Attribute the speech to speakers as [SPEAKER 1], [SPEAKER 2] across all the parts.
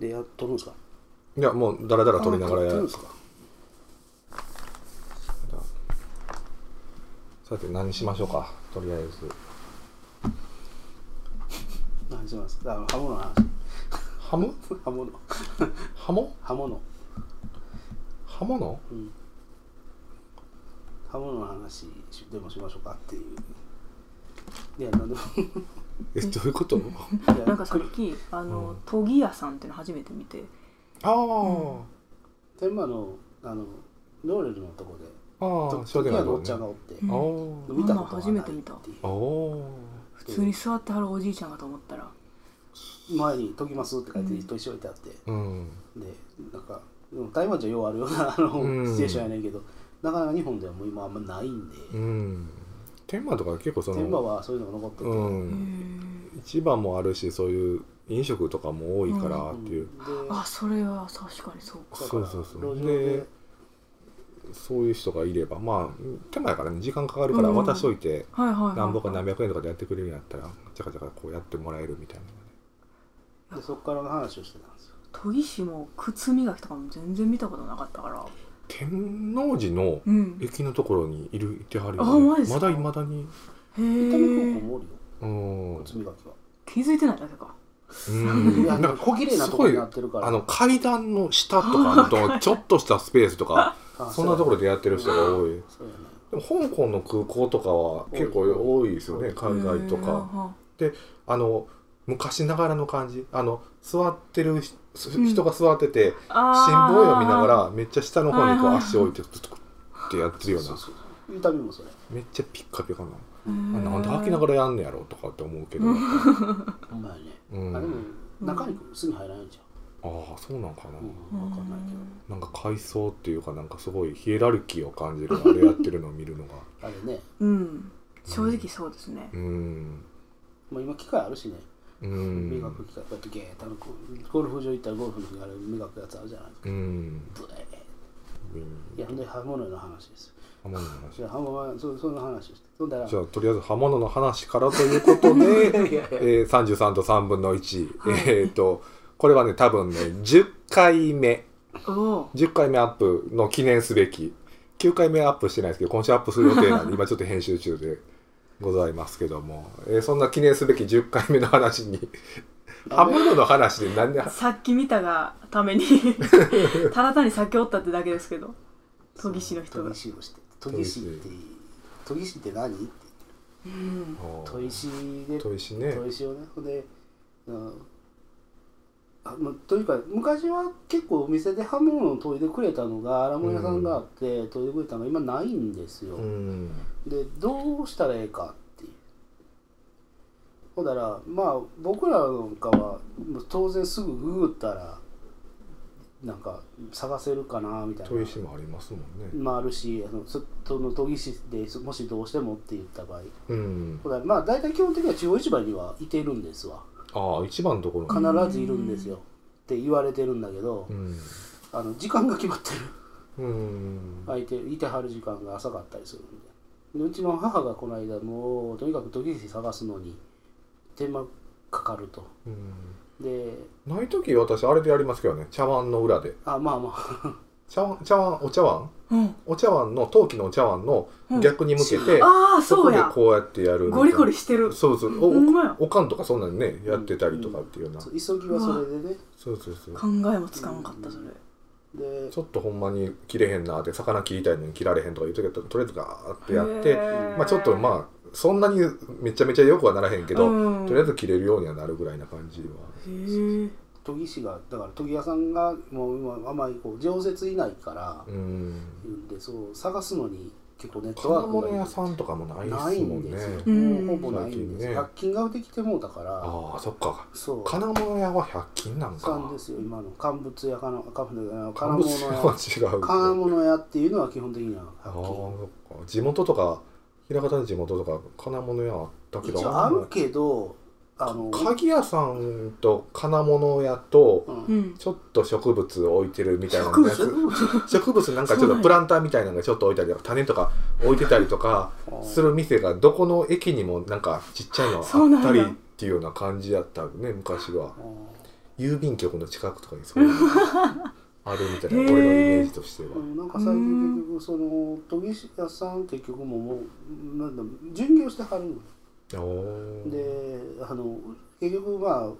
[SPEAKER 1] でやっとるんですか
[SPEAKER 2] いやもうダラダラ撮りながら
[SPEAKER 1] や
[SPEAKER 2] や
[SPEAKER 1] るん
[SPEAKER 2] る
[SPEAKER 1] ですか
[SPEAKER 2] さて何しましょうかとりあえず
[SPEAKER 1] 何しますあの刃物の話
[SPEAKER 2] ハム
[SPEAKER 1] 刃物
[SPEAKER 2] ハモ
[SPEAKER 1] 刃物
[SPEAKER 2] ハモの
[SPEAKER 1] うん刃物の話でもしましょうかっていういやなんでも
[SPEAKER 2] えどういうこと
[SPEAKER 1] いや
[SPEAKER 3] なんかさっきあの、研ぎ屋さんっていうの初めて見て
[SPEAKER 2] ああ、
[SPEAKER 1] 天満のあのローレルのとこで
[SPEAKER 2] ああ
[SPEAKER 1] 時
[SPEAKER 2] 商店
[SPEAKER 1] 々
[SPEAKER 2] 街
[SPEAKER 1] あ
[SPEAKER 2] の
[SPEAKER 1] のお
[SPEAKER 2] 方
[SPEAKER 1] っちゃん
[SPEAKER 2] ね
[SPEAKER 1] がおって
[SPEAKER 2] あ
[SPEAKER 3] ん
[SPEAKER 1] 見たことが
[SPEAKER 3] あんな
[SPEAKER 1] ない
[SPEAKER 3] 初めて見た
[SPEAKER 1] ってい
[SPEAKER 2] あお
[SPEAKER 3] 普通に座ってはるおじいちゃんかと思ったら
[SPEAKER 1] う前に「研ぎます」って書いて一緒に置いてあって、
[SPEAKER 2] うん
[SPEAKER 1] でなんかでも台湾じゃようあるようなあの、
[SPEAKER 2] うん
[SPEAKER 1] シチュエーションやねんけどなかなか日本ではもう今あんまないんで、
[SPEAKER 2] うん天満とか結構その
[SPEAKER 1] 天満はそういうのが残ってて、
[SPEAKER 2] うん、市場もあるしそういう飲食とかも多いからっていう、
[SPEAKER 1] で
[SPEAKER 3] あそれは確かにそうか
[SPEAKER 2] そうそうそう
[SPEAKER 1] 路上で
[SPEAKER 2] でそういう人がいればまあ手前からね時間かかるから
[SPEAKER 3] うん
[SPEAKER 2] 渡しといて、
[SPEAKER 3] はいはいはい、はい、
[SPEAKER 2] 何本か何百円とかでやってくれるんやったらちゃかちゃかこうやってもらえるみたいなね
[SPEAKER 1] でそこからの話をしてたんですよ
[SPEAKER 3] 研ぎ師も靴磨きとかも全然見たことなかったから
[SPEAKER 2] 天王寺の
[SPEAKER 3] うんへ
[SPEAKER 2] 駅のところにいるいてはる
[SPEAKER 3] あマジっす
[SPEAKER 2] ま
[SPEAKER 3] か
[SPEAKER 2] だいまだに
[SPEAKER 1] 伊丹高校
[SPEAKER 3] え
[SPEAKER 1] もおるよ
[SPEAKER 2] うん、
[SPEAKER 1] 靴磨きは、
[SPEAKER 3] 気づいてないだけか
[SPEAKER 2] うん、
[SPEAKER 1] いや
[SPEAKER 2] なん
[SPEAKER 1] なん
[SPEAKER 2] か
[SPEAKER 1] か小綺麗なとこになってるから
[SPEAKER 2] あの階段の下とかのちょっとしたスペースとか
[SPEAKER 1] あ
[SPEAKER 2] そんなところでやってる人が多い
[SPEAKER 1] そうやね
[SPEAKER 2] でも香港の空港とかは結構多いですよね海外とか
[SPEAKER 3] か
[SPEAKER 2] あの昔ながらの感じあの座ってるひす
[SPEAKER 3] うん
[SPEAKER 2] 人が座ってて、
[SPEAKER 3] あ
[SPEAKER 2] 新聞を読みなが
[SPEAKER 3] ら
[SPEAKER 2] らめっちゃ下の方にこ
[SPEAKER 3] は
[SPEAKER 2] う
[SPEAKER 3] いはい
[SPEAKER 2] 足を置いてトゥクトゥクってやってるよう
[SPEAKER 1] そう
[SPEAKER 2] な
[SPEAKER 1] そうそう伊丹もそれ
[SPEAKER 2] めっちゃピッカピカなあな
[SPEAKER 3] なん
[SPEAKER 2] で吐きながらやんねやろとかって思うけど、
[SPEAKER 3] う
[SPEAKER 1] ほんまやね、
[SPEAKER 2] うん
[SPEAKER 1] あでも
[SPEAKER 3] うん
[SPEAKER 1] 中にすぐ入らないんじ
[SPEAKER 2] ああそうなんかな、
[SPEAKER 1] ゃん、うんわかんないけど
[SPEAKER 2] なんか階層っていうかなんかすごいヒエラルキーを感じるあれやってるのを見るのが
[SPEAKER 1] あれね、
[SPEAKER 3] うん正直そうですね
[SPEAKER 2] うん
[SPEAKER 1] まあ、今機械あるしね
[SPEAKER 2] う
[SPEAKER 1] 磨
[SPEAKER 2] ん
[SPEAKER 1] く機械こうやってゲーッとあのこうゴルフ場行ったらゴルフのあれ磨くやつあるじゃないですか
[SPEAKER 2] うん
[SPEAKER 1] ブエ
[SPEAKER 2] うん
[SPEAKER 1] ーいやほんで刃物の話です
[SPEAKER 2] 刃物の話
[SPEAKER 1] じゃあ刃物はそその話をしてそん だら
[SPEAKER 2] じゃあとりあえず刃物の話からというこ とで、
[SPEAKER 1] いやいやいや
[SPEAKER 2] えー、33と3分の1、
[SPEAKER 3] はい
[SPEAKER 2] えっとこれはね多分ね10回目
[SPEAKER 3] おお
[SPEAKER 2] 10回目アップの記念すべき9回目アップしてないですけど今週アップする予 定なんで今ちょっと編集中でございますけども、えーそんな記念すべき10回目の話に刃物の話で何で
[SPEAKER 3] ーさっき見たがためにただ単に酒おったってだけですけど研ぎ師の人が
[SPEAKER 1] 研ぎ師をして研ぎ師って研ぎ師って何って
[SPEAKER 3] うん
[SPEAKER 1] 研ぎ師で
[SPEAKER 2] 砥石ね
[SPEAKER 1] 砥石をねほんでうんあまあというか昔は結構お店で刃物を研いでくれたのが荒物屋さんがあって、研いでくれたのが今ないんですよ、
[SPEAKER 2] うん
[SPEAKER 1] でどうしたらええかっていうほんだらまあ僕らなんかはもう当然すぐググったらなんか探せるかなみたい
[SPEAKER 2] 砥
[SPEAKER 1] な
[SPEAKER 2] 石もありますもんね
[SPEAKER 1] まああるしあのそその研ぎ師でそもしどうしてもって言った場合
[SPEAKER 2] うん
[SPEAKER 1] ほんだらまあ大体基本的には中央市場にはいてるんですわ
[SPEAKER 2] ああ一番のところ
[SPEAKER 1] 必
[SPEAKER 2] に
[SPEAKER 1] ずいるんですよって言われてるんだけど、
[SPEAKER 2] うん
[SPEAKER 1] あの時間が決まってる
[SPEAKER 2] うん
[SPEAKER 1] 空いていてはる時間が浅かったりするんででうちの母がこの間もうとにかく研ぎ師探すのに手間かかると
[SPEAKER 2] うん
[SPEAKER 1] で
[SPEAKER 2] ない時私あれでやりますけどね茶碗の裏で
[SPEAKER 1] あまあまあ
[SPEAKER 2] 茶碗茶碗お茶碗
[SPEAKER 3] うん
[SPEAKER 2] お茶碗の陶器のお茶碗の逆に向けて、
[SPEAKER 3] ああ
[SPEAKER 2] そ
[SPEAKER 3] そ
[SPEAKER 2] こ
[SPEAKER 3] う
[SPEAKER 2] で
[SPEAKER 3] や
[SPEAKER 2] こうやってやるみたいな
[SPEAKER 3] ゴリゴリしてる
[SPEAKER 2] そうそう
[SPEAKER 3] ほんまや
[SPEAKER 2] おおかんとかそんなんねやってたりとかっていうような、
[SPEAKER 1] そう急ぎはそれでね
[SPEAKER 2] そうそうそう
[SPEAKER 3] 考えもつかなかったそれ
[SPEAKER 1] で
[SPEAKER 2] ちょっとほんまに切れへんなって魚切りたいのに切られへんとか言う時はととりあえずガーってやってまあちょっと
[SPEAKER 3] あ
[SPEAKER 2] まあそんなにめちゃめちゃよくはならへんけど、
[SPEAKER 3] うん
[SPEAKER 2] とりあえず切れるようにはなるぐらいな感じは
[SPEAKER 3] へえ
[SPEAKER 1] 研ぎ師がだから研ぎ屋さんがもう今あまりこう常設いないから
[SPEAKER 2] う、ん
[SPEAKER 1] でそう探すのに結構ネットワ
[SPEAKER 2] 金
[SPEAKER 1] ークが
[SPEAKER 2] 物屋さんとかもない
[SPEAKER 1] ない
[SPEAKER 2] ですも
[SPEAKER 1] ん
[SPEAKER 2] んね
[SPEAKER 1] ですよ、
[SPEAKER 3] うん
[SPEAKER 1] もうほぼないんです
[SPEAKER 2] 最近ね
[SPEAKER 1] よ100均ができてもうだから
[SPEAKER 2] ああそっか
[SPEAKER 1] そう
[SPEAKER 2] 金物屋は100均なん
[SPEAKER 1] さん
[SPEAKER 2] か
[SPEAKER 1] ですよ今の乾物屋かの乾物屋
[SPEAKER 2] 乾
[SPEAKER 1] 金
[SPEAKER 2] 物
[SPEAKER 1] 物
[SPEAKER 2] 屋
[SPEAKER 1] 屋
[SPEAKER 2] は違う
[SPEAKER 1] 金
[SPEAKER 2] あ
[SPEAKER 1] 物屋っていうのは基本的には
[SPEAKER 2] あ
[SPEAKER 1] は
[SPEAKER 2] そっか地元とか枚方の地元とか金物屋あった
[SPEAKER 1] っき
[SPEAKER 2] け
[SPEAKER 1] り
[SPEAKER 2] ど
[SPEAKER 1] 一応あるけどあの、
[SPEAKER 2] 鍵屋さんと金物屋と
[SPEAKER 1] うん
[SPEAKER 3] うん
[SPEAKER 2] ちょっと植物を置いてるみたいな
[SPEAKER 3] 植物
[SPEAKER 2] やつ植物なんかちょっとプランターみたいなのがちょっと置いたりとか種とか置いてたりとかする店がどこの駅にもなんかちっちゃいのあったりっていうような感じやったね昔は
[SPEAKER 1] あー
[SPEAKER 2] 郵便局の近くとかにそういうのがあるみたいな俺のイメージとしては
[SPEAKER 1] うんなんか最近結局その研ぎ屋さん結局もうもうなんだ巡業してはるの
[SPEAKER 2] おー
[SPEAKER 1] であの結局ま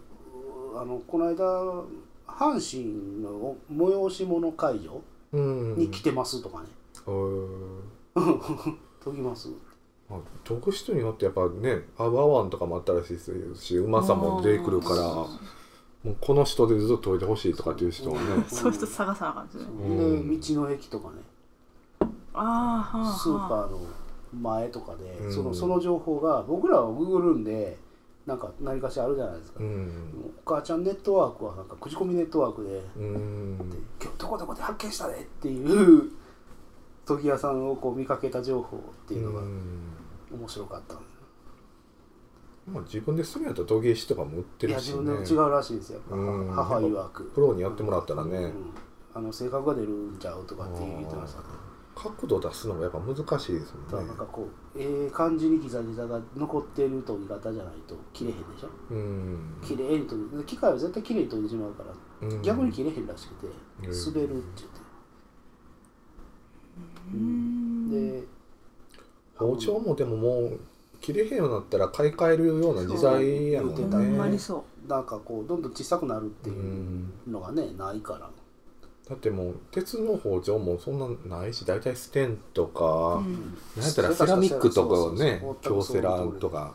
[SPEAKER 1] ああのこの間阪神の催し物会場
[SPEAKER 2] うん
[SPEAKER 1] に来てますとかね
[SPEAKER 2] おー
[SPEAKER 1] 「研ぎます」
[SPEAKER 2] まあ研ぐ人によってやっぱねアワワンとかもあったらしいですしうまさも出てくるから
[SPEAKER 3] あ
[SPEAKER 2] もうこの人でずっと解いてほしいとかっていう人はね
[SPEAKER 3] そういう人探さなあかんですね
[SPEAKER 2] うん
[SPEAKER 1] で道の駅とかね
[SPEAKER 3] ああはあはあ
[SPEAKER 1] スーパーの前とかで、
[SPEAKER 2] うん
[SPEAKER 1] そのその情報が僕らはググるんでなんか何かしらあるじゃないですか、
[SPEAKER 2] うん
[SPEAKER 1] お母ちゃんネットワークはなんか口コミネットワークで、
[SPEAKER 2] うん
[SPEAKER 1] 今日どこどこで発見したでっていう研ぎ屋さんをこう見かけた情報っていうのが
[SPEAKER 2] うん
[SPEAKER 1] 面白かったんで
[SPEAKER 2] まあ自分でするんやったら陶芸師とかも売って
[SPEAKER 1] いや
[SPEAKER 2] るし
[SPEAKER 1] 自
[SPEAKER 2] ね
[SPEAKER 1] 分でも違うらしいですよ、
[SPEAKER 2] うん
[SPEAKER 1] 母曰く
[SPEAKER 2] プロにやってもらったらね
[SPEAKER 1] うんあの性格が出るんちゃうとかって言ってましたね
[SPEAKER 2] 角度出すのもやっぱ難しいです
[SPEAKER 1] だか
[SPEAKER 2] も
[SPEAKER 1] ら
[SPEAKER 2] んね
[SPEAKER 1] なんかこうええ感じにギザギザが残ってる研ぎ方じゃないと切れへんでしょ
[SPEAKER 2] うん
[SPEAKER 1] 綺麗に研ぐ機械は絶対綺麗に研いでしまうから、
[SPEAKER 2] うん
[SPEAKER 1] 逆に切れへんらしくて
[SPEAKER 2] ん
[SPEAKER 1] 滑るって
[SPEAKER 3] う
[SPEAKER 1] 言って、
[SPEAKER 3] ん
[SPEAKER 1] で
[SPEAKER 2] 包丁もでももう切れへんようになったら買い替えるような時代やもん
[SPEAKER 1] そう
[SPEAKER 3] ほ
[SPEAKER 1] 言
[SPEAKER 3] ん
[SPEAKER 1] うてた
[SPEAKER 3] ま
[SPEAKER 1] ね
[SPEAKER 3] に
[SPEAKER 2] ね
[SPEAKER 3] そ
[SPEAKER 1] なんかこうどんどん小さくなるって
[SPEAKER 2] う
[SPEAKER 1] い
[SPEAKER 2] ん
[SPEAKER 1] うのがね、ないから
[SPEAKER 2] だってもう鉄の包丁もそんなないし大体ステンと
[SPEAKER 3] う、
[SPEAKER 2] か、
[SPEAKER 3] ん
[SPEAKER 2] なんやったらセラミックとかね
[SPEAKER 1] そうそうそう
[SPEAKER 2] 京セラとか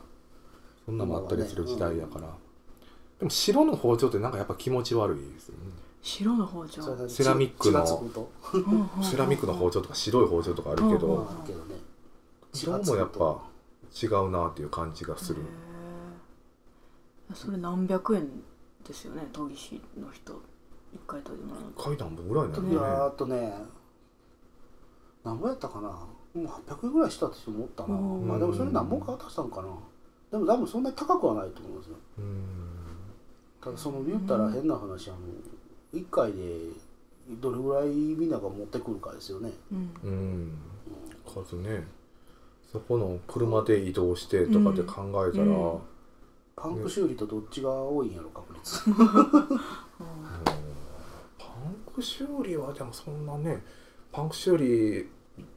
[SPEAKER 2] そんなのもあったりする時代やから、でも白の包丁ってなんかやっぱ気持ち悪いですよね、
[SPEAKER 3] 白の包丁
[SPEAKER 1] それはね
[SPEAKER 2] セラミックの
[SPEAKER 1] 血がつくと
[SPEAKER 2] セラミックの包
[SPEAKER 3] 丁
[SPEAKER 2] 丁とか白い包丁とかあるけど、
[SPEAKER 3] うんうん
[SPEAKER 1] あるけどね血
[SPEAKER 2] ど
[SPEAKER 1] が
[SPEAKER 2] う
[SPEAKER 1] つ
[SPEAKER 2] もや
[SPEAKER 1] く
[SPEAKER 2] っ
[SPEAKER 1] と
[SPEAKER 2] ぱ違うなっていう感じがする、
[SPEAKER 3] それ何百円ですよね研ぎ師の人一回研いでもらうの
[SPEAKER 2] 階段もぐらいな
[SPEAKER 1] いやー
[SPEAKER 2] の
[SPEAKER 1] あとね何ぼやったかなもう800円ぐらいしたって人もおったな
[SPEAKER 3] うん
[SPEAKER 1] まあでもそれ何本か渡したんかなでも多分そんなに高くはないと思うんですよ
[SPEAKER 2] ねうん
[SPEAKER 1] ただその言ったら変な話あの1回でどれぐらいみんなが持ってくるかですよね
[SPEAKER 3] うん
[SPEAKER 2] うん数ねそこの車で移動してとかで考えたら、
[SPEAKER 3] うん
[SPEAKER 2] も
[SPEAKER 1] パンク修理とどっちが多いんやろ確率
[SPEAKER 3] うん
[SPEAKER 2] うパンク修理はでもそんなねパンク修理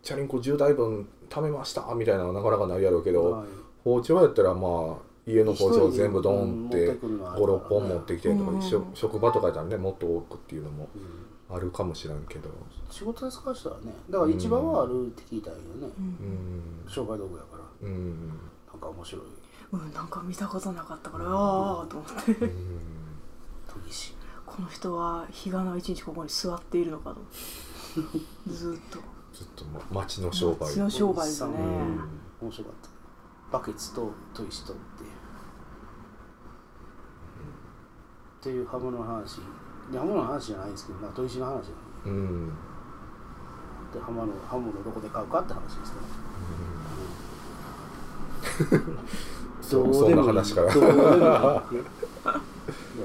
[SPEAKER 2] チャリンコ10台分貯めましたみたいなのはなかなかないやろうけど、
[SPEAKER 1] はい
[SPEAKER 2] 包丁やったらまあ家の包丁全部ドンっ
[SPEAKER 1] 一人で持
[SPEAKER 2] て
[SPEAKER 1] くるのはあるから
[SPEAKER 2] 56本持ってきてとか、
[SPEAKER 3] うん
[SPEAKER 2] 職職場とかやったらねもっと多くっていうのも
[SPEAKER 1] うん
[SPEAKER 2] あるかもしれんけど、
[SPEAKER 1] 仕事で使う人はねだから一番はあるって聞いたんやけどね、
[SPEAKER 2] うん
[SPEAKER 1] 商売道具やから
[SPEAKER 2] うん
[SPEAKER 1] なんか面白い
[SPEAKER 3] うん、なんか見たことなかったからああと思って
[SPEAKER 2] うん
[SPEAKER 1] 研ぎ師
[SPEAKER 3] この人は日がない一日ここに座っているのかと ずっと
[SPEAKER 2] ずっとま町の商売
[SPEAKER 3] 街の商売ですね
[SPEAKER 1] う
[SPEAKER 2] うん
[SPEAKER 1] 面白かったバケツと砥石とっていうっていう刃物の話いや刃物の話じゃないんですけど、まあ、砥石の話なんで
[SPEAKER 2] うん
[SPEAKER 1] で刃物刃物どこで買うかって話ですね
[SPEAKER 2] そ
[SPEAKER 1] どう
[SPEAKER 2] そ
[SPEAKER 1] で
[SPEAKER 2] ん
[SPEAKER 1] も
[SPEAKER 2] ない
[SPEAKER 1] い
[SPEAKER 2] 話から
[SPEAKER 1] どうでもいいいや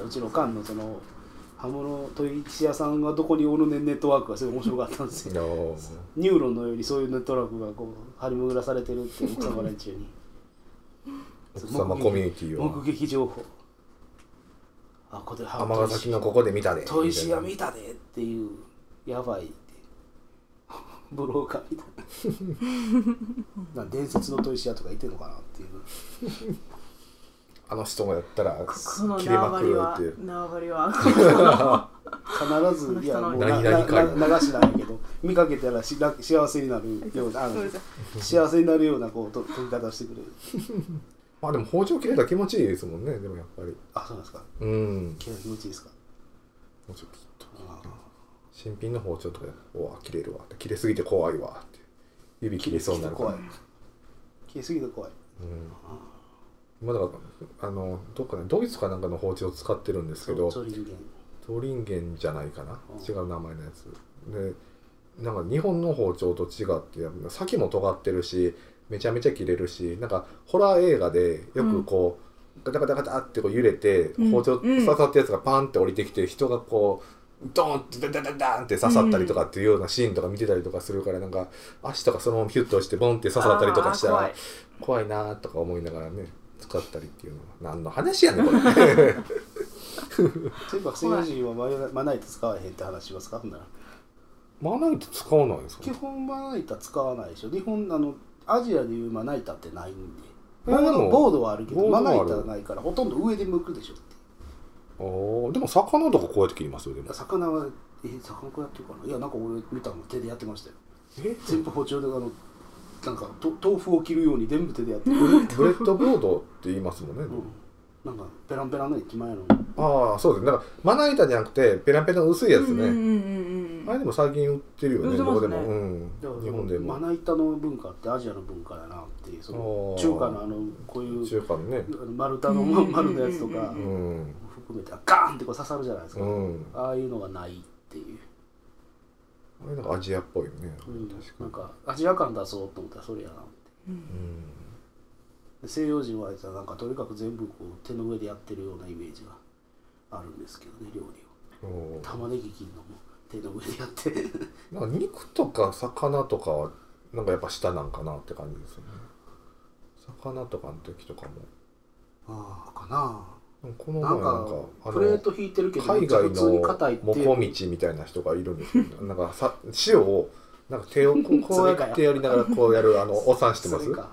[SPEAKER 1] うちの館のその刃物砥石屋さんがどこにおるねんネットワークがすごい面白かったんです よ
[SPEAKER 2] いやー
[SPEAKER 1] ニューロンのようにそういうネットワークがこう張り巡らされてるって奥様連中に
[SPEAKER 2] 奥様コミュニティを
[SPEAKER 1] 目撃情報あここで
[SPEAKER 2] 尼崎のここで見たで
[SPEAKER 1] 砥石が見
[SPEAKER 2] み
[SPEAKER 1] たでっていうやばいってブローカーみたいななんか伝説の砥石屋とかいてんのかなっていう
[SPEAKER 2] たいなあの人もやったら
[SPEAKER 3] ここの
[SPEAKER 2] 切れ
[SPEAKER 3] 縄
[SPEAKER 2] まく
[SPEAKER 3] 張り
[SPEAKER 2] る
[SPEAKER 3] は
[SPEAKER 2] って
[SPEAKER 3] 縄張りは
[SPEAKER 1] 必
[SPEAKER 3] その
[SPEAKER 1] ずい
[SPEAKER 3] 人
[SPEAKER 1] やも
[SPEAKER 3] の
[SPEAKER 1] うな
[SPEAKER 2] 何々会
[SPEAKER 1] なな流しなんやけど見かけたらしら幸せになるようなあの
[SPEAKER 3] ごめんなさい
[SPEAKER 1] 幸せになるようなこうと研ぎ方してくれる
[SPEAKER 2] まあでも包丁切れたら気持ちいいですもんねでもやっぱり
[SPEAKER 1] あそうなんですか
[SPEAKER 2] うん
[SPEAKER 1] 気持ちいいですか
[SPEAKER 2] もうちょっと
[SPEAKER 1] ああ
[SPEAKER 2] 新品の包丁とかうわ切れるわって切れすぎて怖いわって指切れそうになるから
[SPEAKER 1] 怖い消えすぎて怖い
[SPEAKER 2] うんまあだからあのどっかねドイツかなんかの包丁を使ってるんですけど
[SPEAKER 1] 超人間
[SPEAKER 2] トリンゲンじゃないかな
[SPEAKER 1] うん
[SPEAKER 2] 違う名前のやつでなんか日本の包丁と違ってやっぱ先も尖ってるしめちゃめちゃ切れるしなんかホラー映画でよくこう、ガタガタガタってこう揺れて、
[SPEAKER 3] ん
[SPEAKER 2] 包丁刺さったやつがパンって降りてきて人がこうドーンってダダダダンって刺さったりとかっていうようなシーンとか見てたりとかするからなんか足とかそのままヒュッと押してボンって刺さったりとかした
[SPEAKER 3] あー怖
[SPEAKER 2] ら怖
[SPEAKER 3] い
[SPEAKER 2] いなーとか思いながらね使ったりっていうのは何の話やねんこれ
[SPEAKER 1] というか西洋人はまなまな板使わへんって話しますかほんなら
[SPEAKER 2] まな板使わないんですか
[SPEAKER 1] 基本まな板使わないでしょ日本あのアジアでいうまな板ってないんで
[SPEAKER 2] え
[SPEAKER 1] ボー
[SPEAKER 2] でも
[SPEAKER 1] ドボードはあるけど
[SPEAKER 2] ボードは
[SPEAKER 1] ま
[SPEAKER 2] ある
[SPEAKER 1] な板がないからほとんど上で向くでしょって
[SPEAKER 2] あーでも魚とかこうやって切りますよで
[SPEAKER 1] い
[SPEAKER 2] も
[SPEAKER 1] や魚はえ魚こうやってるかないやなんか俺見たの手でやってましたよ
[SPEAKER 2] え
[SPEAKER 1] 全部包丁であのなんかと豆腐を切るように全部手でやってる、
[SPEAKER 2] ブレブレッドボードって言いますもんね、
[SPEAKER 1] うん、なんかペランペランの駅前の
[SPEAKER 2] ああそうですなんかまな板じゃなくてペラペラの薄いやつね、
[SPEAKER 3] うんうんうんうん
[SPEAKER 2] あれでも最近売ってるよ
[SPEAKER 3] 売っ
[SPEAKER 2] ね
[SPEAKER 3] て
[SPEAKER 2] ど
[SPEAKER 3] ますね
[SPEAKER 2] こでも、うん
[SPEAKER 1] だから、
[SPEAKER 2] 日本で
[SPEAKER 1] ま
[SPEAKER 2] も
[SPEAKER 1] な板の文化ってアジアの文化だなっていうその
[SPEAKER 2] あー
[SPEAKER 1] 中華のあのこういう
[SPEAKER 2] 中華のね
[SPEAKER 1] あの丸太の
[SPEAKER 3] うんうんうんうん
[SPEAKER 1] 丸のやつとか
[SPEAKER 2] うん
[SPEAKER 1] 含めてガーンってこう刺さるじゃないです
[SPEAKER 2] う
[SPEAKER 1] か、
[SPEAKER 2] ん
[SPEAKER 1] ああいうのがないっていう、
[SPEAKER 2] あれなんかアジアっぽいよね、
[SPEAKER 1] うん
[SPEAKER 2] 確か
[SPEAKER 1] なん
[SPEAKER 2] に
[SPEAKER 1] かアジア感出そうと思ったらそれやなって
[SPEAKER 3] うん
[SPEAKER 1] で西洋人はあいつはなんかとにかく全部こう手の上でやってるようなイメージがあるんですけどね料理を
[SPEAKER 2] うんおー
[SPEAKER 1] 玉ねぎ切るのも手の上でやって
[SPEAKER 2] なんか肉とか魚とかはなんかやっぱ下なんかなって感じですよね魚とかの時とかも
[SPEAKER 1] ああかな
[SPEAKER 2] この前
[SPEAKER 1] な
[SPEAKER 2] なんんかあ
[SPEAKER 1] か
[SPEAKER 2] の
[SPEAKER 1] プレート引いてるけどめ
[SPEAKER 2] 海
[SPEAKER 1] っちゃ
[SPEAKER 2] 外
[SPEAKER 1] 普通に硬い
[SPEAKER 2] の
[SPEAKER 1] って
[SPEAKER 2] モコミチみたいな人がいるんですけど、なんかさ塩をなんか手をこうこうやってやりながらこうやるあのお産してま
[SPEAKER 1] そ
[SPEAKER 2] す
[SPEAKER 1] れ。か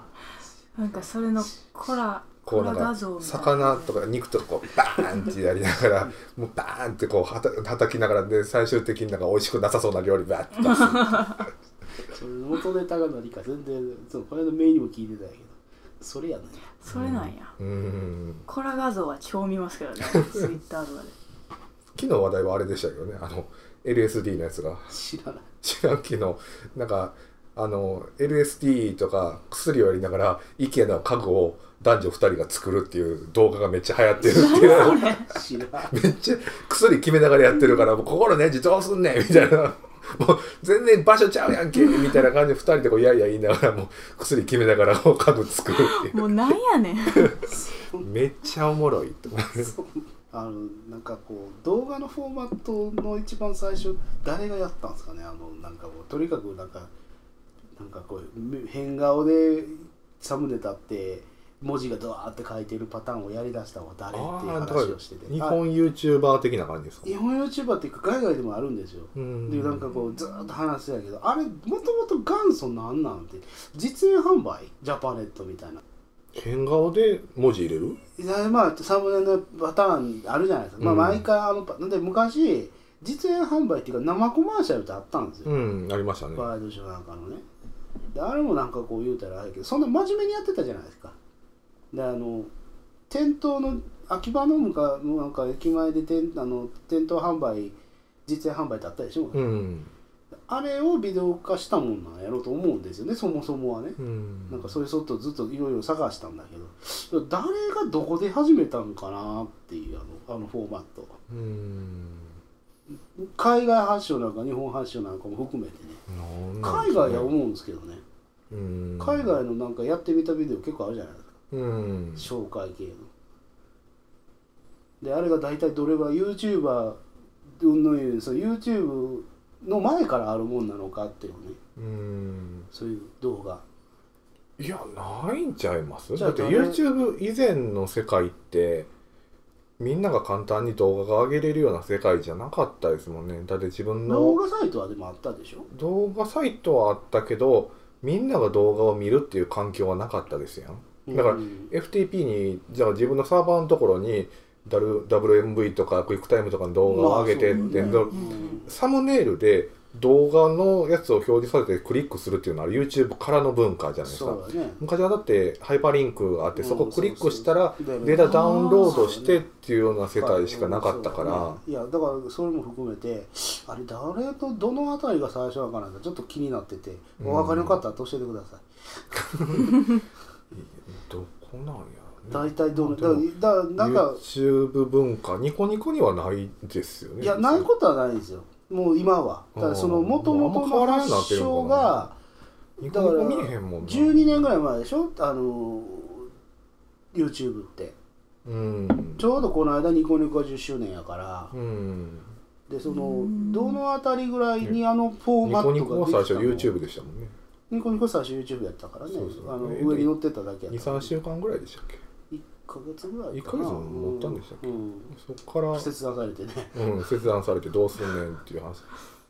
[SPEAKER 3] なんかそれのコラ
[SPEAKER 2] こ
[SPEAKER 3] コ
[SPEAKER 2] うな
[SPEAKER 3] ラ
[SPEAKER 2] ん
[SPEAKER 3] 画
[SPEAKER 2] か
[SPEAKER 3] 像みたいな
[SPEAKER 2] 魚とか肉とかこうバーンってやりながらもうバーンってこうはた叩きながらで最終的になんか美味しくなさそうな料理バーって出す
[SPEAKER 1] それ元ネタが何か全然そうこれのメインにも聞いてたんやけどそれやね
[SPEAKER 3] それなんや
[SPEAKER 2] うん
[SPEAKER 3] コラ画像は超見ます けどねツイッターとかで
[SPEAKER 2] 昨日話題はあれでしたけどねあの LSD のやつが
[SPEAKER 1] 知らない
[SPEAKER 2] 知らんけどなんかあの LSD とか薬をやりながら IKEA の家具を男女2人が作るっていう動画がめっちゃ流行ってるっていう
[SPEAKER 1] 知らない
[SPEAKER 2] めっちゃ薬決めながらやってるからもう心ねじどうすんねんみたいな。もう全然場所ちゃうやんけみたいな感じで2人でこういやいや言いながらもう薬決めながらこう家具作るってい
[SPEAKER 3] もうなんやねん
[SPEAKER 2] うめっちゃおもろいと思って
[SPEAKER 1] あのなんかこう動画のフォーマットの一番最初誰がやったんですかねあのなんかもうとにかくなんかなんかこうめ変顔でサムネ立って文字がドワーって書いてるパターンをやりだしたのは誰っていう
[SPEAKER 2] ああだ
[SPEAKER 1] 話をして
[SPEAKER 2] か
[SPEAKER 1] て
[SPEAKER 2] ら日
[SPEAKER 1] あ
[SPEAKER 2] 本 YouTuber 的な感じですか
[SPEAKER 1] 日本 YouTuber っていうか海外でもあるんですよ
[SPEAKER 2] うん
[SPEAKER 1] でなんかこうずーっと話してたけどあれもともと元祖なんなんて実演販売ジャパネットみたいな
[SPEAKER 2] 変顔で文字入れる
[SPEAKER 1] いやまあサムネのパターンあるじゃないですか、まあ
[SPEAKER 2] うん
[SPEAKER 1] 毎回あのパで昔実演販売っていうか生コマーシャルってあったんですよ、
[SPEAKER 2] うんありましたね
[SPEAKER 1] ワイドショーなんかのねであれもなんかこう言うたらあれやけどそんな真面目にやってたじゃないですかであの店頭の秋葉の向かうなんか駅前で店あの店頭販売実演販売ってあったでしょ、
[SPEAKER 2] うん
[SPEAKER 1] あれをビデオ化したもんなんやろうと思うんですよねそもそもはね、
[SPEAKER 2] うん
[SPEAKER 1] なんかそういうソフトをずっといろいろ探したんだけど誰がどこで始めたんかなっていうあのあのフォーマット
[SPEAKER 2] うん
[SPEAKER 1] 海外発祥なんか日本発祥なんかも含めてね
[SPEAKER 2] なんなん
[SPEAKER 1] 海外は思うんですけどね、
[SPEAKER 2] うん
[SPEAKER 1] 海外のなんかやってみたビデオ結構あるじゃないで
[SPEAKER 2] うん
[SPEAKER 1] すか紹介系のであれが大体どれぐらい YouTuber 云々よりその YouTube の前からあるもんなのかっていうね
[SPEAKER 2] うん
[SPEAKER 1] そういう動画
[SPEAKER 2] いやないんちゃいます
[SPEAKER 1] じゃあ
[SPEAKER 2] だって
[SPEAKER 1] どれ
[SPEAKER 2] YouTube 以前の世界ってみんなが簡単に動画が上げれるような世界じゃなかったですもんねだって自分
[SPEAKER 1] 動
[SPEAKER 2] の
[SPEAKER 1] 画サイトはでもあったでしょ
[SPEAKER 2] 動画サイトはあったけどみんなが動画を見るっていう環境はなかったですやんだから
[SPEAKER 1] うん
[SPEAKER 2] FTP にじゃあ自分のサーバーのところにダル WMV とかクイックタイムとかの動画を上げてっ
[SPEAKER 1] まあそう
[SPEAKER 2] て、
[SPEAKER 1] ね
[SPEAKER 2] ど
[SPEAKER 3] うん
[SPEAKER 2] サムネイルで動画のやつを表示されてクリックするっていうのは YouTube からの文化じゃないです
[SPEAKER 1] そ
[SPEAKER 2] か
[SPEAKER 1] うだね
[SPEAKER 2] 昔はだってハイパーリンクがあってそこをクリックしたら
[SPEAKER 1] デ
[SPEAKER 2] データダウンロードしてっていうような世界しかなかったから
[SPEAKER 1] いやだからそれも含めてあれ誰とどのあたりが最初なのかなってちょっと気になってて
[SPEAKER 2] うん
[SPEAKER 1] お分かりの方は教えてください、
[SPEAKER 2] どこなんやろ
[SPEAKER 1] 大
[SPEAKER 2] ね
[SPEAKER 1] 体どの
[SPEAKER 2] でも
[SPEAKER 1] だだなんか、
[SPEAKER 2] YouTube 文化ニコニコにはないですよね
[SPEAKER 1] いやないことはないですよもう今はだからそのもともと
[SPEAKER 2] あんま変
[SPEAKER 1] の
[SPEAKER 2] わらんようになって
[SPEAKER 1] 発
[SPEAKER 2] るの
[SPEAKER 1] 祥
[SPEAKER 2] かな
[SPEAKER 1] が
[SPEAKER 2] ニ
[SPEAKER 1] だ
[SPEAKER 2] コ
[SPEAKER 1] から
[SPEAKER 2] ニコ見えへんもんな
[SPEAKER 1] 12年ぐらい前でしょあの YouTube って
[SPEAKER 2] うん
[SPEAKER 1] ちょうどこの間ニコニコが10周年やから
[SPEAKER 2] うん
[SPEAKER 1] でその
[SPEAKER 3] うん
[SPEAKER 1] どのあたりぐらいにあのフォー
[SPEAKER 2] ニ
[SPEAKER 1] マッ
[SPEAKER 2] コニ
[SPEAKER 1] ト
[SPEAKER 2] コ
[SPEAKER 1] が
[SPEAKER 2] は
[SPEAKER 1] でき
[SPEAKER 2] 最
[SPEAKER 1] たの
[SPEAKER 2] 初 YouTube でしたもんね
[SPEAKER 1] ニコニコ最初 YouTube やったからね
[SPEAKER 2] そうそう
[SPEAKER 1] あの
[SPEAKER 2] え
[SPEAKER 1] 上に載ってただけやった
[SPEAKER 2] 23週間ぐらいでしたっけ
[SPEAKER 1] 1ヶ月ぐらい
[SPEAKER 2] 一ヶ月も持ったんでしたっけ
[SPEAKER 1] うん
[SPEAKER 2] そこから
[SPEAKER 1] うん、切断されてね
[SPEAKER 2] うん、切断されてどうすんねんっていう話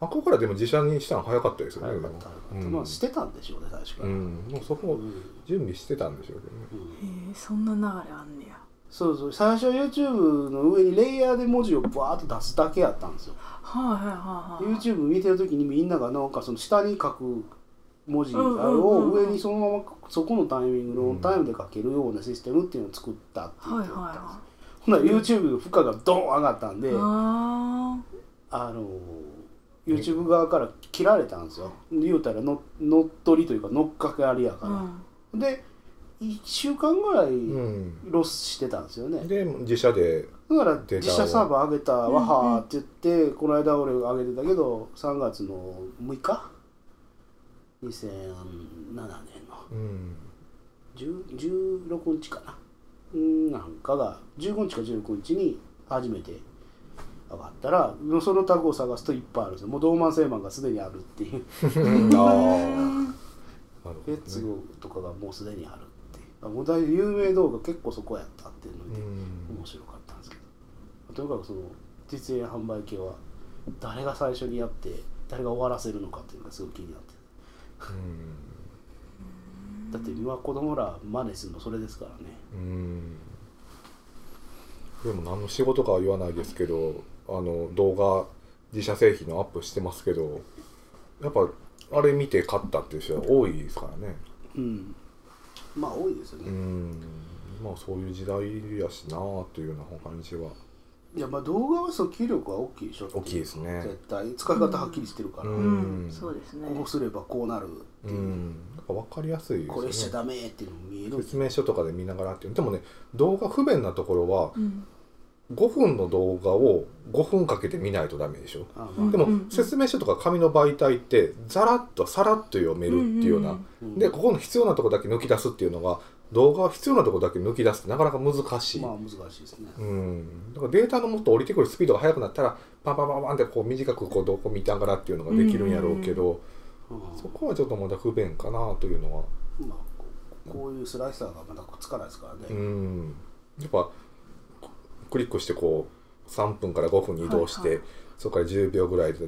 [SPEAKER 2] あここからでも自社にしたの早かったですよね
[SPEAKER 1] 早かった早かった、
[SPEAKER 2] うん
[SPEAKER 1] まあしてたんでしょうね最初か
[SPEAKER 2] う
[SPEAKER 1] ら、
[SPEAKER 2] ん、もうそこ
[SPEAKER 1] うん
[SPEAKER 2] 準備してたんでしょうけどね
[SPEAKER 1] うん
[SPEAKER 3] えそんな流れあんねや
[SPEAKER 1] そうそう最初 YouTube の上にレイヤーで文字をバーッと出すだけやったんですよ
[SPEAKER 3] はいはいはいはい
[SPEAKER 1] YouTube 見てる時にみんながなんかその下に書く文字を上にそのままそこのタイミングのオンタイムで書けるようなシステムっていうのを作ったって言
[SPEAKER 3] は
[SPEAKER 1] っ
[SPEAKER 3] いはい
[SPEAKER 1] てたんです
[SPEAKER 3] は
[SPEAKER 1] ほんなら YouTube の負荷がドーン上がったんで
[SPEAKER 3] いあ
[SPEAKER 1] あの YouTube 側から切られたんですよ言うたらの乗っ取りというか乗っかかりや
[SPEAKER 3] あう
[SPEAKER 1] か
[SPEAKER 3] ん
[SPEAKER 1] らで1週間ぐらい
[SPEAKER 2] うん
[SPEAKER 1] ロスしてたんですよね
[SPEAKER 2] で自社で
[SPEAKER 1] だから
[SPEAKER 2] データを
[SPEAKER 1] 自社サーバー上げたわはーって言って、この間俺上げてたけど3月の6日2007年の
[SPEAKER 2] うん
[SPEAKER 1] 10 16日かなんなんかが15日か16日に初めて上がったらそのタグを探すといっぱいあるんですよもうドーマン・セーマンがすでにあるって いう
[SPEAKER 2] うんあーなるほど
[SPEAKER 1] レ
[SPEAKER 2] ね
[SPEAKER 1] ッツゴーとかがもうすでにあるっていうもうだいぶ有名動画結構そこやったっていうの
[SPEAKER 2] う
[SPEAKER 1] で、
[SPEAKER 2] ん
[SPEAKER 1] 面白かったんですけどとにかくその実演販売系は誰が最初にやって誰が終わらせるのかっていうのがすごい気になってだって今子供ら真似するのそれですからね
[SPEAKER 2] うんうんでも何の仕事かは言わないですけどあの動画自社製品のアップしてますけどやっぱあれ見て買ったっていう人は多いですからね
[SPEAKER 1] うんまあ多いですよ
[SPEAKER 2] う
[SPEAKER 1] ね、
[SPEAKER 2] んまあそういう時代やしなあというような感じはい
[SPEAKER 1] やまあ動画は訴求力は大きいでしょってう
[SPEAKER 2] 大きいですね
[SPEAKER 1] 絶対使い方はっきりしてるから、
[SPEAKER 2] うん
[SPEAKER 3] うんそうですね
[SPEAKER 1] こうすればこうなるって
[SPEAKER 2] う
[SPEAKER 1] いう、
[SPEAKER 2] んなんか分かりやすい
[SPEAKER 1] これ
[SPEAKER 2] で
[SPEAKER 1] しち
[SPEAKER 2] す
[SPEAKER 1] ゃ
[SPEAKER 2] よね
[SPEAKER 1] ダメっていうのも見えるんです
[SPEAKER 2] 説明書とかで見ながらっていうでもね動画不便なところは
[SPEAKER 3] うん
[SPEAKER 2] 5分の動画を5分かけて見ないとダメでしょ
[SPEAKER 1] あ
[SPEAKER 3] うん
[SPEAKER 2] で
[SPEAKER 1] も、
[SPEAKER 2] も
[SPEAKER 3] うん
[SPEAKER 2] 説明書とか紙の媒体ってざらっとさらっと読めるっていうような
[SPEAKER 1] うん
[SPEAKER 2] でここの必要なとこだけ抜き出すっていうのが動画は必要なとこだけ抜き出すってなかなか難しい
[SPEAKER 1] まあ難しいですね、
[SPEAKER 2] うん、だからデータのもっと降りてくるスピードが速くなったらパンパンパンパンってこう短くこうどこ見たからっていうのができるんやろうけど、
[SPEAKER 1] うん
[SPEAKER 2] そこはちょっとまだ不便かなというのは、
[SPEAKER 1] まあこうこういうスライサーがまだくっつかないですからね、
[SPEAKER 2] うん、やっぱクリックしてこう3分から5分に移動して、
[SPEAKER 3] はいは
[SPEAKER 2] そこから10秒ぐらいで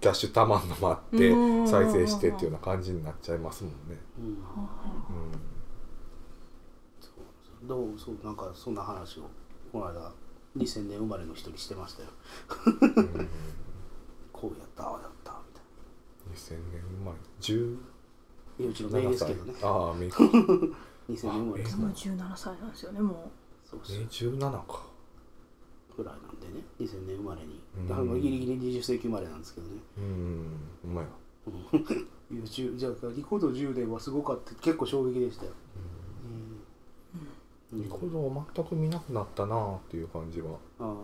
[SPEAKER 2] キャッシュたまんの待って
[SPEAKER 3] うん
[SPEAKER 2] 再生してっていうような感じになっちゃいますもんね。
[SPEAKER 1] うん
[SPEAKER 3] はは
[SPEAKER 2] う
[SPEAKER 1] そうどうそうなんかそんな話をこの間2000年生まれの人にしてましたよ
[SPEAKER 2] んうん
[SPEAKER 1] こうやったああやったみたい
[SPEAKER 2] 2000年生まれ10
[SPEAKER 1] ないやうちの名ですけどね
[SPEAKER 2] ああめいか
[SPEAKER 1] 2000年生まれです
[SPEAKER 3] で
[SPEAKER 1] か
[SPEAKER 3] も
[SPEAKER 1] ら
[SPEAKER 3] 17歳なんですよねも
[SPEAKER 1] そうそう
[SPEAKER 2] 17か。
[SPEAKER 1] ぐらいなんでね2000年生まれに
[SPEAKER 2] うん
[SPEAKER 1] あのギリギリ20世紀生まれなんですけどね
[SPEAKER 2] うん、うまいわ。
[SPEAKER 1] いや10じゃあリコード10年はすごかった結構衝撃でしたようん
[SPEAKER 2] ニコ動を全く見なくなったなあっていう感じは、
[SPEAKER 1] ああ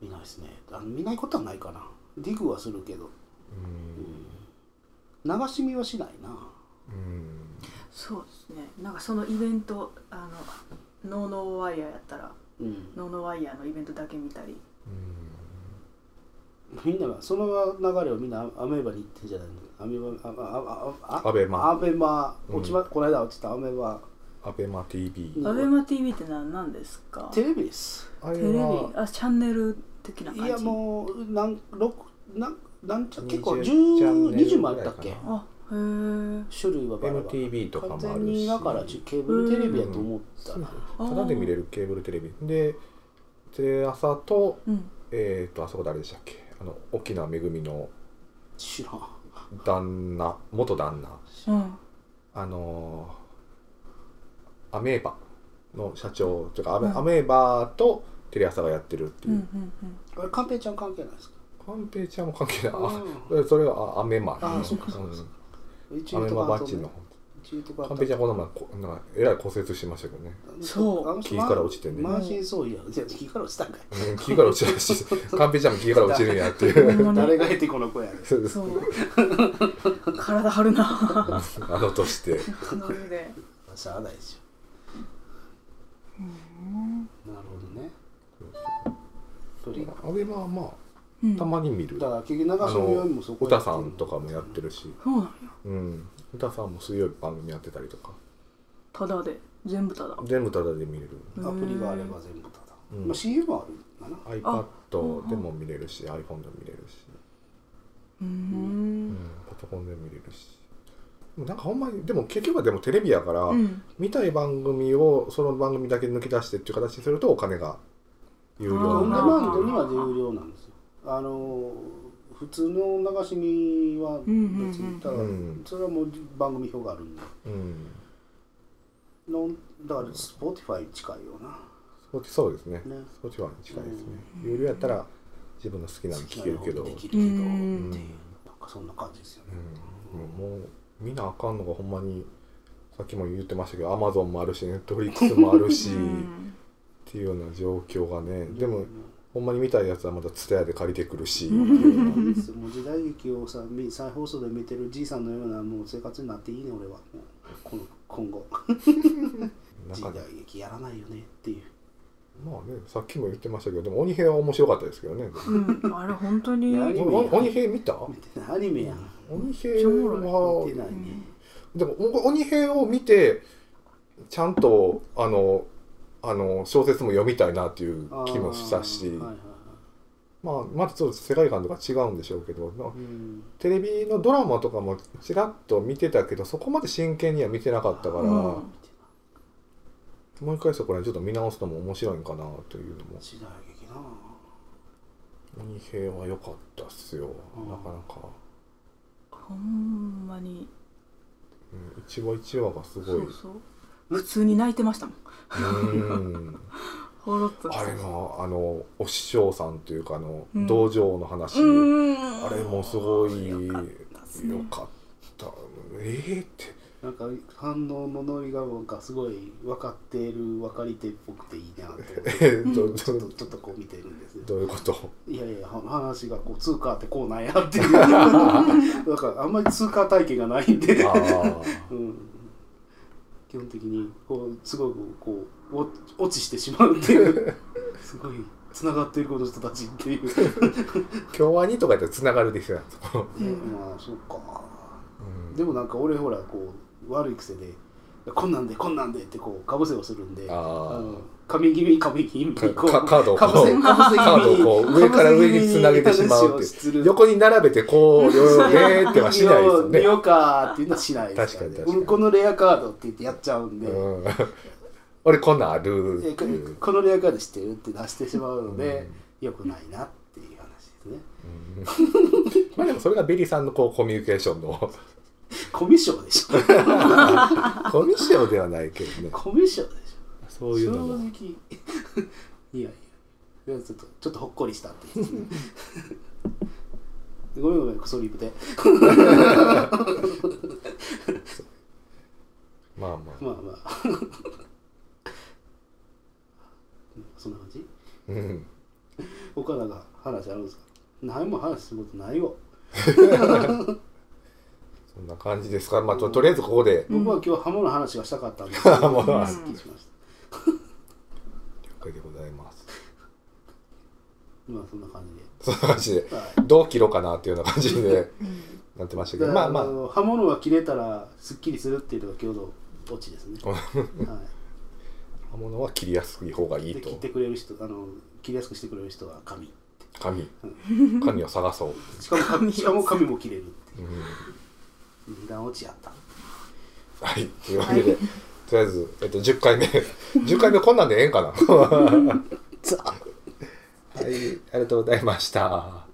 [SPEAKER 1] 見ないですねあの見ないことはないかなディグはするけど流し見はしないな
[SPEAKER 2] うんうん、
[SPEAKER 3] うそうですねなんかそのイベントあのノーノーワイヤーやったら
[SPEAKER 1] うん
[SPEAKER 3] ノーノーワイヤーのイベントだけ見たり
[SPEAKER 1] みんながその流れをみんなアメーバに行ってんじゃないのアメーバああああ
[SPEAKER 2] アベ
[SPEAKER 1] あア
[SPEAKER 2] マ、
[SPEAKER 1] ベマ落ちま、この間落ちたアメーバ
[SPEAKER 2] アベマ TV、
[SPEAKER 1] うん
[SPEAKER 3] アベマ TV って何なんですか
[SPEAKER 1] テレビです
[SPEAKER 2] あ
[SPEAKER 3] テ
[SPEAKER 2] れ
[SPEAKER 3] レビ
[SPEAKER 2] は
[SPEAKER 3] あチャンネル的な感
[SPEAKER 1] い
[SPEAKER 3] じ
[SPEAKER 1] やもうなん六なんなんちゃ結構
[SPEAKER 2] 20
[SPEAKER 1] 10
[SPEAKER 2] チャンネル
[SPEAKER 1] 20もあったっけ
[SPEAKER 2] ぐらいか
[SPEAKER 3] あへえ
[SPEAKER 1] 種類はバラバラ
[SPEAKER 2] MTV とかもあるし
[SPEAKER 1] 完全にだからちケーブルテレビやと思ったら
[SPEAKER 2] ただで見れるケーブルテレビで、テレ朝と
[SPEAKER 3] うん
[SPEAKER 2] えっ、とあそこ誰でしたっけ、あの沖縄めぐみの
[SPEAKER 1] 知らん
[SPEAKER 2] 旦那、元旦那、
[SPEAKER 3] うん
[SPEAKER 2] あのーアメーバの社長というかアメ,、
[SPEAKER 3] うん
[SPEAKER 2] アメーバとテレ朝がやってるって
[SPEAKER 3] うんう
[SPEAKER 2] い
[SPEAKER 3] ん
[SPEAKER 2] う、
[SPEAKER 3] う
[SPEAKER 1] あ
[SPEAKER 3] ん
[SPEAKER 1] れ寛平ちゃん関係ないですか
[SPEAKER 2] 寛平ちゃんも関係ない、あ
[SPEAKER 1] う
[SPEAKER 2] それはあアメマ
[SPEAKER 1] あそっかそっかそっ
[SPEAKER 2] う
[SPEAKER 1] 宇
[SPEAKER 2] んアメマバッチ
[SPEAKER 1] と
[SPEAKER 2] の
[SPEAKER 1] か
[SPEAKER 2] 方
[SPEAKER 1] 宇宙とか
[SPEAKER 2] カンペちゃんこの前こなんかえらい骨折してましたけどね
[SPEAKER 3] そう
[SPEAKER 2] 木から落ちてんね
[SPEAKER 1] 満身創痍やじゃ木から落ちたんかい
[SPEAKER 2] うん木から落ちたらしいカンペちゃんも木から落ちるんやっ ていう
[SPEAKER 3] ほんまに
[SPEAKER 1] 誰が得てこの子やねん
[SPEAKER 2] そうです
[SPEAKER 3] そう 体張るな
[SPEAKER 2] あの年で
[SPEAKER 3] なので
[SPEAKER 1] しゃあないでしょなるほどねそれ
[SPEAKER 2] アベマはま
[SPEAKER 3] う
[SPEAKER 2] あ
[SPEAKER 3] ん
[SPEAKER 2] たまに見る
[SPEAKER 1] だ
[SPEAKER 2] あ
[SPEAKER 1] から結局流し読み
[SPEAKER 2] の
[SPEAKER 1] もそこや
[SPEAKER 2] 歌
[SPEAKER 1] ってる
[SPEAKER 2] さんとかもやってるし
[SPEAKER 3] そうなんや
[SPEAKER 2] うん歌さんも水曜日番組やってたりとか
[SPEAKER 3] ただで全部ただ
[SPEAKER 2] 全部タダで見れる
[SPEAKER 1] アプリがあれば全部ただ、
[SPEAKER 2] うん
[SPEAKER 1] まあ、CM はあるのか
[SPEAKER 2] iPad でも見れるし iPhone でも見れるし、
[SPEAKER 3] う
[SPEAKER 2] う
[SPEAKER 3] ー
[SPEAKER 2] ん
[SPEAKER 3] ん、
[SPEAKER 2] パソコンでも見れるしでもなんかほんまにでも結局はでもテレビやから、
[SPEAKER 3] うん、
[SPEAKER 2] 見たい番組をその番組だけ抜き出してっていう形にするとお金が有料
[SPEAKER 1] なオン
[SPEAKER 2] に
[SPEAKER 1] デ
[SPEAKER 2] な
[SPEAKER 1] マ
[SPEAKER 2] る
[SPEAKER 1] ンドには有料なんですよあの普通の流し見は別にただ、
[SPEAKER 2] うん
[SPEAKER 1] それはもう番組表があるんで
[SPEAKER 2] うん
[SPEAKER 1] のだから Spotify に近いよな
[SPEAKER 2] そうそうですね
[SPEAKER 1] ね
[SPEAKER 2] そっちは近いですね
[SPEAKER 3] うん
[SPEAKER 2] 有料やったら自分の好きなの聞けるけど、う
[SPEAKER 1] 好きなようにできるけ
[SPEAKER 2] ん
[SPEAKER 1] どっていううんなんかそんな感じですよね、
[SPEAKER 2] もう見なあかんのがほんまにさっきも言ってましたけど Amazon もあるし Netflix もあるし、
[SPEAKER 3] うん
[SPEAKER 2] っていうような状況がね
[SPEAKER 1] うん
[SPEAKER 2] でもほんまに見たいやつはまた TSUTAYA で借りてくるしっていうような
[SPEAKER 1] もう時代劇をさみ再放送で見てるじいさんのようなもう生活になっていいね俺はもうこの今後時代
[SPEAKER 2] 中で
[SPEAKER 1] 劇やらないよねっていう
[SPEAKER 2] まあねさっきも言ってましたけどでも鬼平は面白かったですけどね
[SPEAKER 3] うん、あれ本当に、
[SPEAKER 1] いやあ
[SPEAKER 3] うん
[SPEAKER 1] れ
[SPEAKER 2] おお鬼平見た
[SPEAKER 1] 見てないアニメやん
[SPEAKER 2] 鬼平は
[SPEAKER 1] 見てないね
[SPEAKER 2] でも僕鬼平を見てちゃんとあのあの小説も読みたいなっていう
[SPEAKER 1] あー
[SPEAKER 2] 気もしたし
[SPEAKER 1] はいはいは
[SPEAKER 2] まあ、またちょっと世界観とか違うんでしょうけど、まあ
[SPEAKER 1] いうん
[SPEAKER 2] テレビのドラマとかもちらっと見てたけどそこまで真剣には見てなかったから、
[SPEAKER 3] うん
[SPEAKER 2] もう一回そこら辺ちょっと見直すのも面白いんかなというのも
[SPEAKER 1] 時代劇な
[SPEAKER 2] 鬼平は良かったっすよなかなか、
[SPEAKER 3] ほんまに
[SPEAKER 2] うん、一話一話がすご
[SPEAKER 3] そ
[SPEAKER 2] い う
[SPEAKER 3] そう普通に泣いてましたもん
[SPEAKER 2] うん
[SPEAKER 3] ほろっと
[SPEAKER 2] あれのあのお師匠さんというかあの、
[SPEAKER 3] うん
[SPEAKER 2] 道場の話、
[SPEAKER 3] うん
[SPEAKER 2] あれもすごいよ
[SPEAKER 3] よ
[SPEAKER 2] か
[SPEAKER 3] か
[SPEAKER 2] っ,、
[SPEAKER 3] ったったすね
[SPEAKER 2] えー、って
[SPEAKER 1] なんか反応のノリがなんかすごい分かっている分かり手っぽくていいなと思 って
[SPEAKER 2] えーど
[SPEAKER 3] うん
[SPEAKER 1] ちょっ
[SPEAKER 2] ど
[SPEAKER 1] とちょっとこう見てるんですよ
[SPEAKER 2] どういうこと
[SPEAKER 1] いやいやは話がこう通貨ってこうなんやっていうなんかあんまり通貨体験がないんで、
[SPEAKER 2] あー
[SPEAKER 1] うん、基本的にこうすごくこうお落ちしてしまうっていうすごいつながっているこの人たちっていう、
[SPEAKER 2] 共和にとかやったらつながるですよ、ね、
[SPEAKER 3] うん
[SPEAKER 1] まあそうか
[SPEAKER 2] うん
[SPEAKER 1] でもなんか俺ほらこう悪い癖でこんなんでこんなんでってこうかぶせをするんで
[SPEAKER 2] あー
[SPEAKER 1] の神気味神気味
[SPEAKER 2] か
[SPEAKER 1] こう
[SPEAKER 2] かカードを
[SPEAKER 1] かぶせ
[SPEAKER 2] こう
[SPEAKER 1] かぶせ気味
[SPEAKER 2] カードをこう上から上につなげてしまうっていう
[SPEAKER 1] て
[SPEAKER 2] 横に並べてこう「よよね」ってはしないですよね
[SPEAKER 1] 見ようかーっていうのはしないですからね
[SPEAKER 2] 確かに確かに
[SPEAKER 1] 俺このレアカードって言ってやっちゃうんで、
[SPEAKER 2] うん、俺こんなんある
[SPEAKER 1] え
[SPEAKER 2] って
[SPEAKER 1] こ
[SPEAKER 2] いう、
[SPEAKER 1] このレアカード知ってるって出してしまうので、
[SPEAKER 2] うん
[SPEAKER 1] 良くないなっていう話ですね
[SPEAKER 2] うんまあでもそれがベリーさんのこうコミュニケーションの
[SPEAKER 1] コミュ障でしょ
[SPEAKER 2] コミュ障ではないけどね
[SPEAKER 1] コミュ障でし
[SPEAKER 2] そ
[SPEAKER 1] ょ
[SPEAKER 2] うい
[SPEAKER 1] 正
[SPEAKER 2] うのも
[SPEAKER 1] 直いやいやいやちょっとちょっとほっこりしたってやつね ごめんごめんクソリープで
[SPEAKER 2] まあまあ、
[SPEAKER 1] まあまあうんそんな感じ
[SPEAKER 2] うん、
[SPEAKER 1] 岡田が話あるんですか何も話することないよ、
[SPEAKER 2] そんな感じですかまあととりあえずここで
[SPEAKER 3] うん
[SPEAKER 1] 僕は今日ハモの話がしたかったん ですけど
[SPEAKER 2] モの
[SPEAKER 3] 話
[SPEAKER 1] すっきりしました
[SPEAKER 2] 了解でございます
[SPEAKER 1] まあそんな感じ
[SPEAKER 2] そんな感じで
[SPEAKER 1] で、はい
[SPEAKER 2] どう切ろうかなっていうような感じでなってましたけど
[SPEAKER 1] だ
[SPEAKER 2] ま
[SPEAKER 1] か
[SPEAKER 2] あ
[SPEAKER 1] ら
[SPEAKER 2] ま
[SPEAKER 1] あ
[SPEAKER 2] あ
[SPEAKER 1] の刃物は切れたらすっきりするっていうのが今日のオチですね、は
[SPEAKER 2] 刃物は切りやすい方がい
[SPEAKER 1] い、
[SPEAKER 2] い
[SPEAKER 1] で切っ
[SPEAKER 2] と
[SPEAKER 1] てくれる人あの切りやすくしてくれる人は紙
[SPEAKER 2] 紙紙を探そう、
[SPEAKER 1] しかも紙
[SPEAKER 3] 紙
[SPEAKER 1] しかも紙も切れるって
[SPEAKER 2] うん
[SPEAKER 1] いう段落ちやった
[SPEAKER 2] はい、というわけで、とりあえず、えっと、10回目、10回目 こん なんでええんかな。はい、ありがとうございました。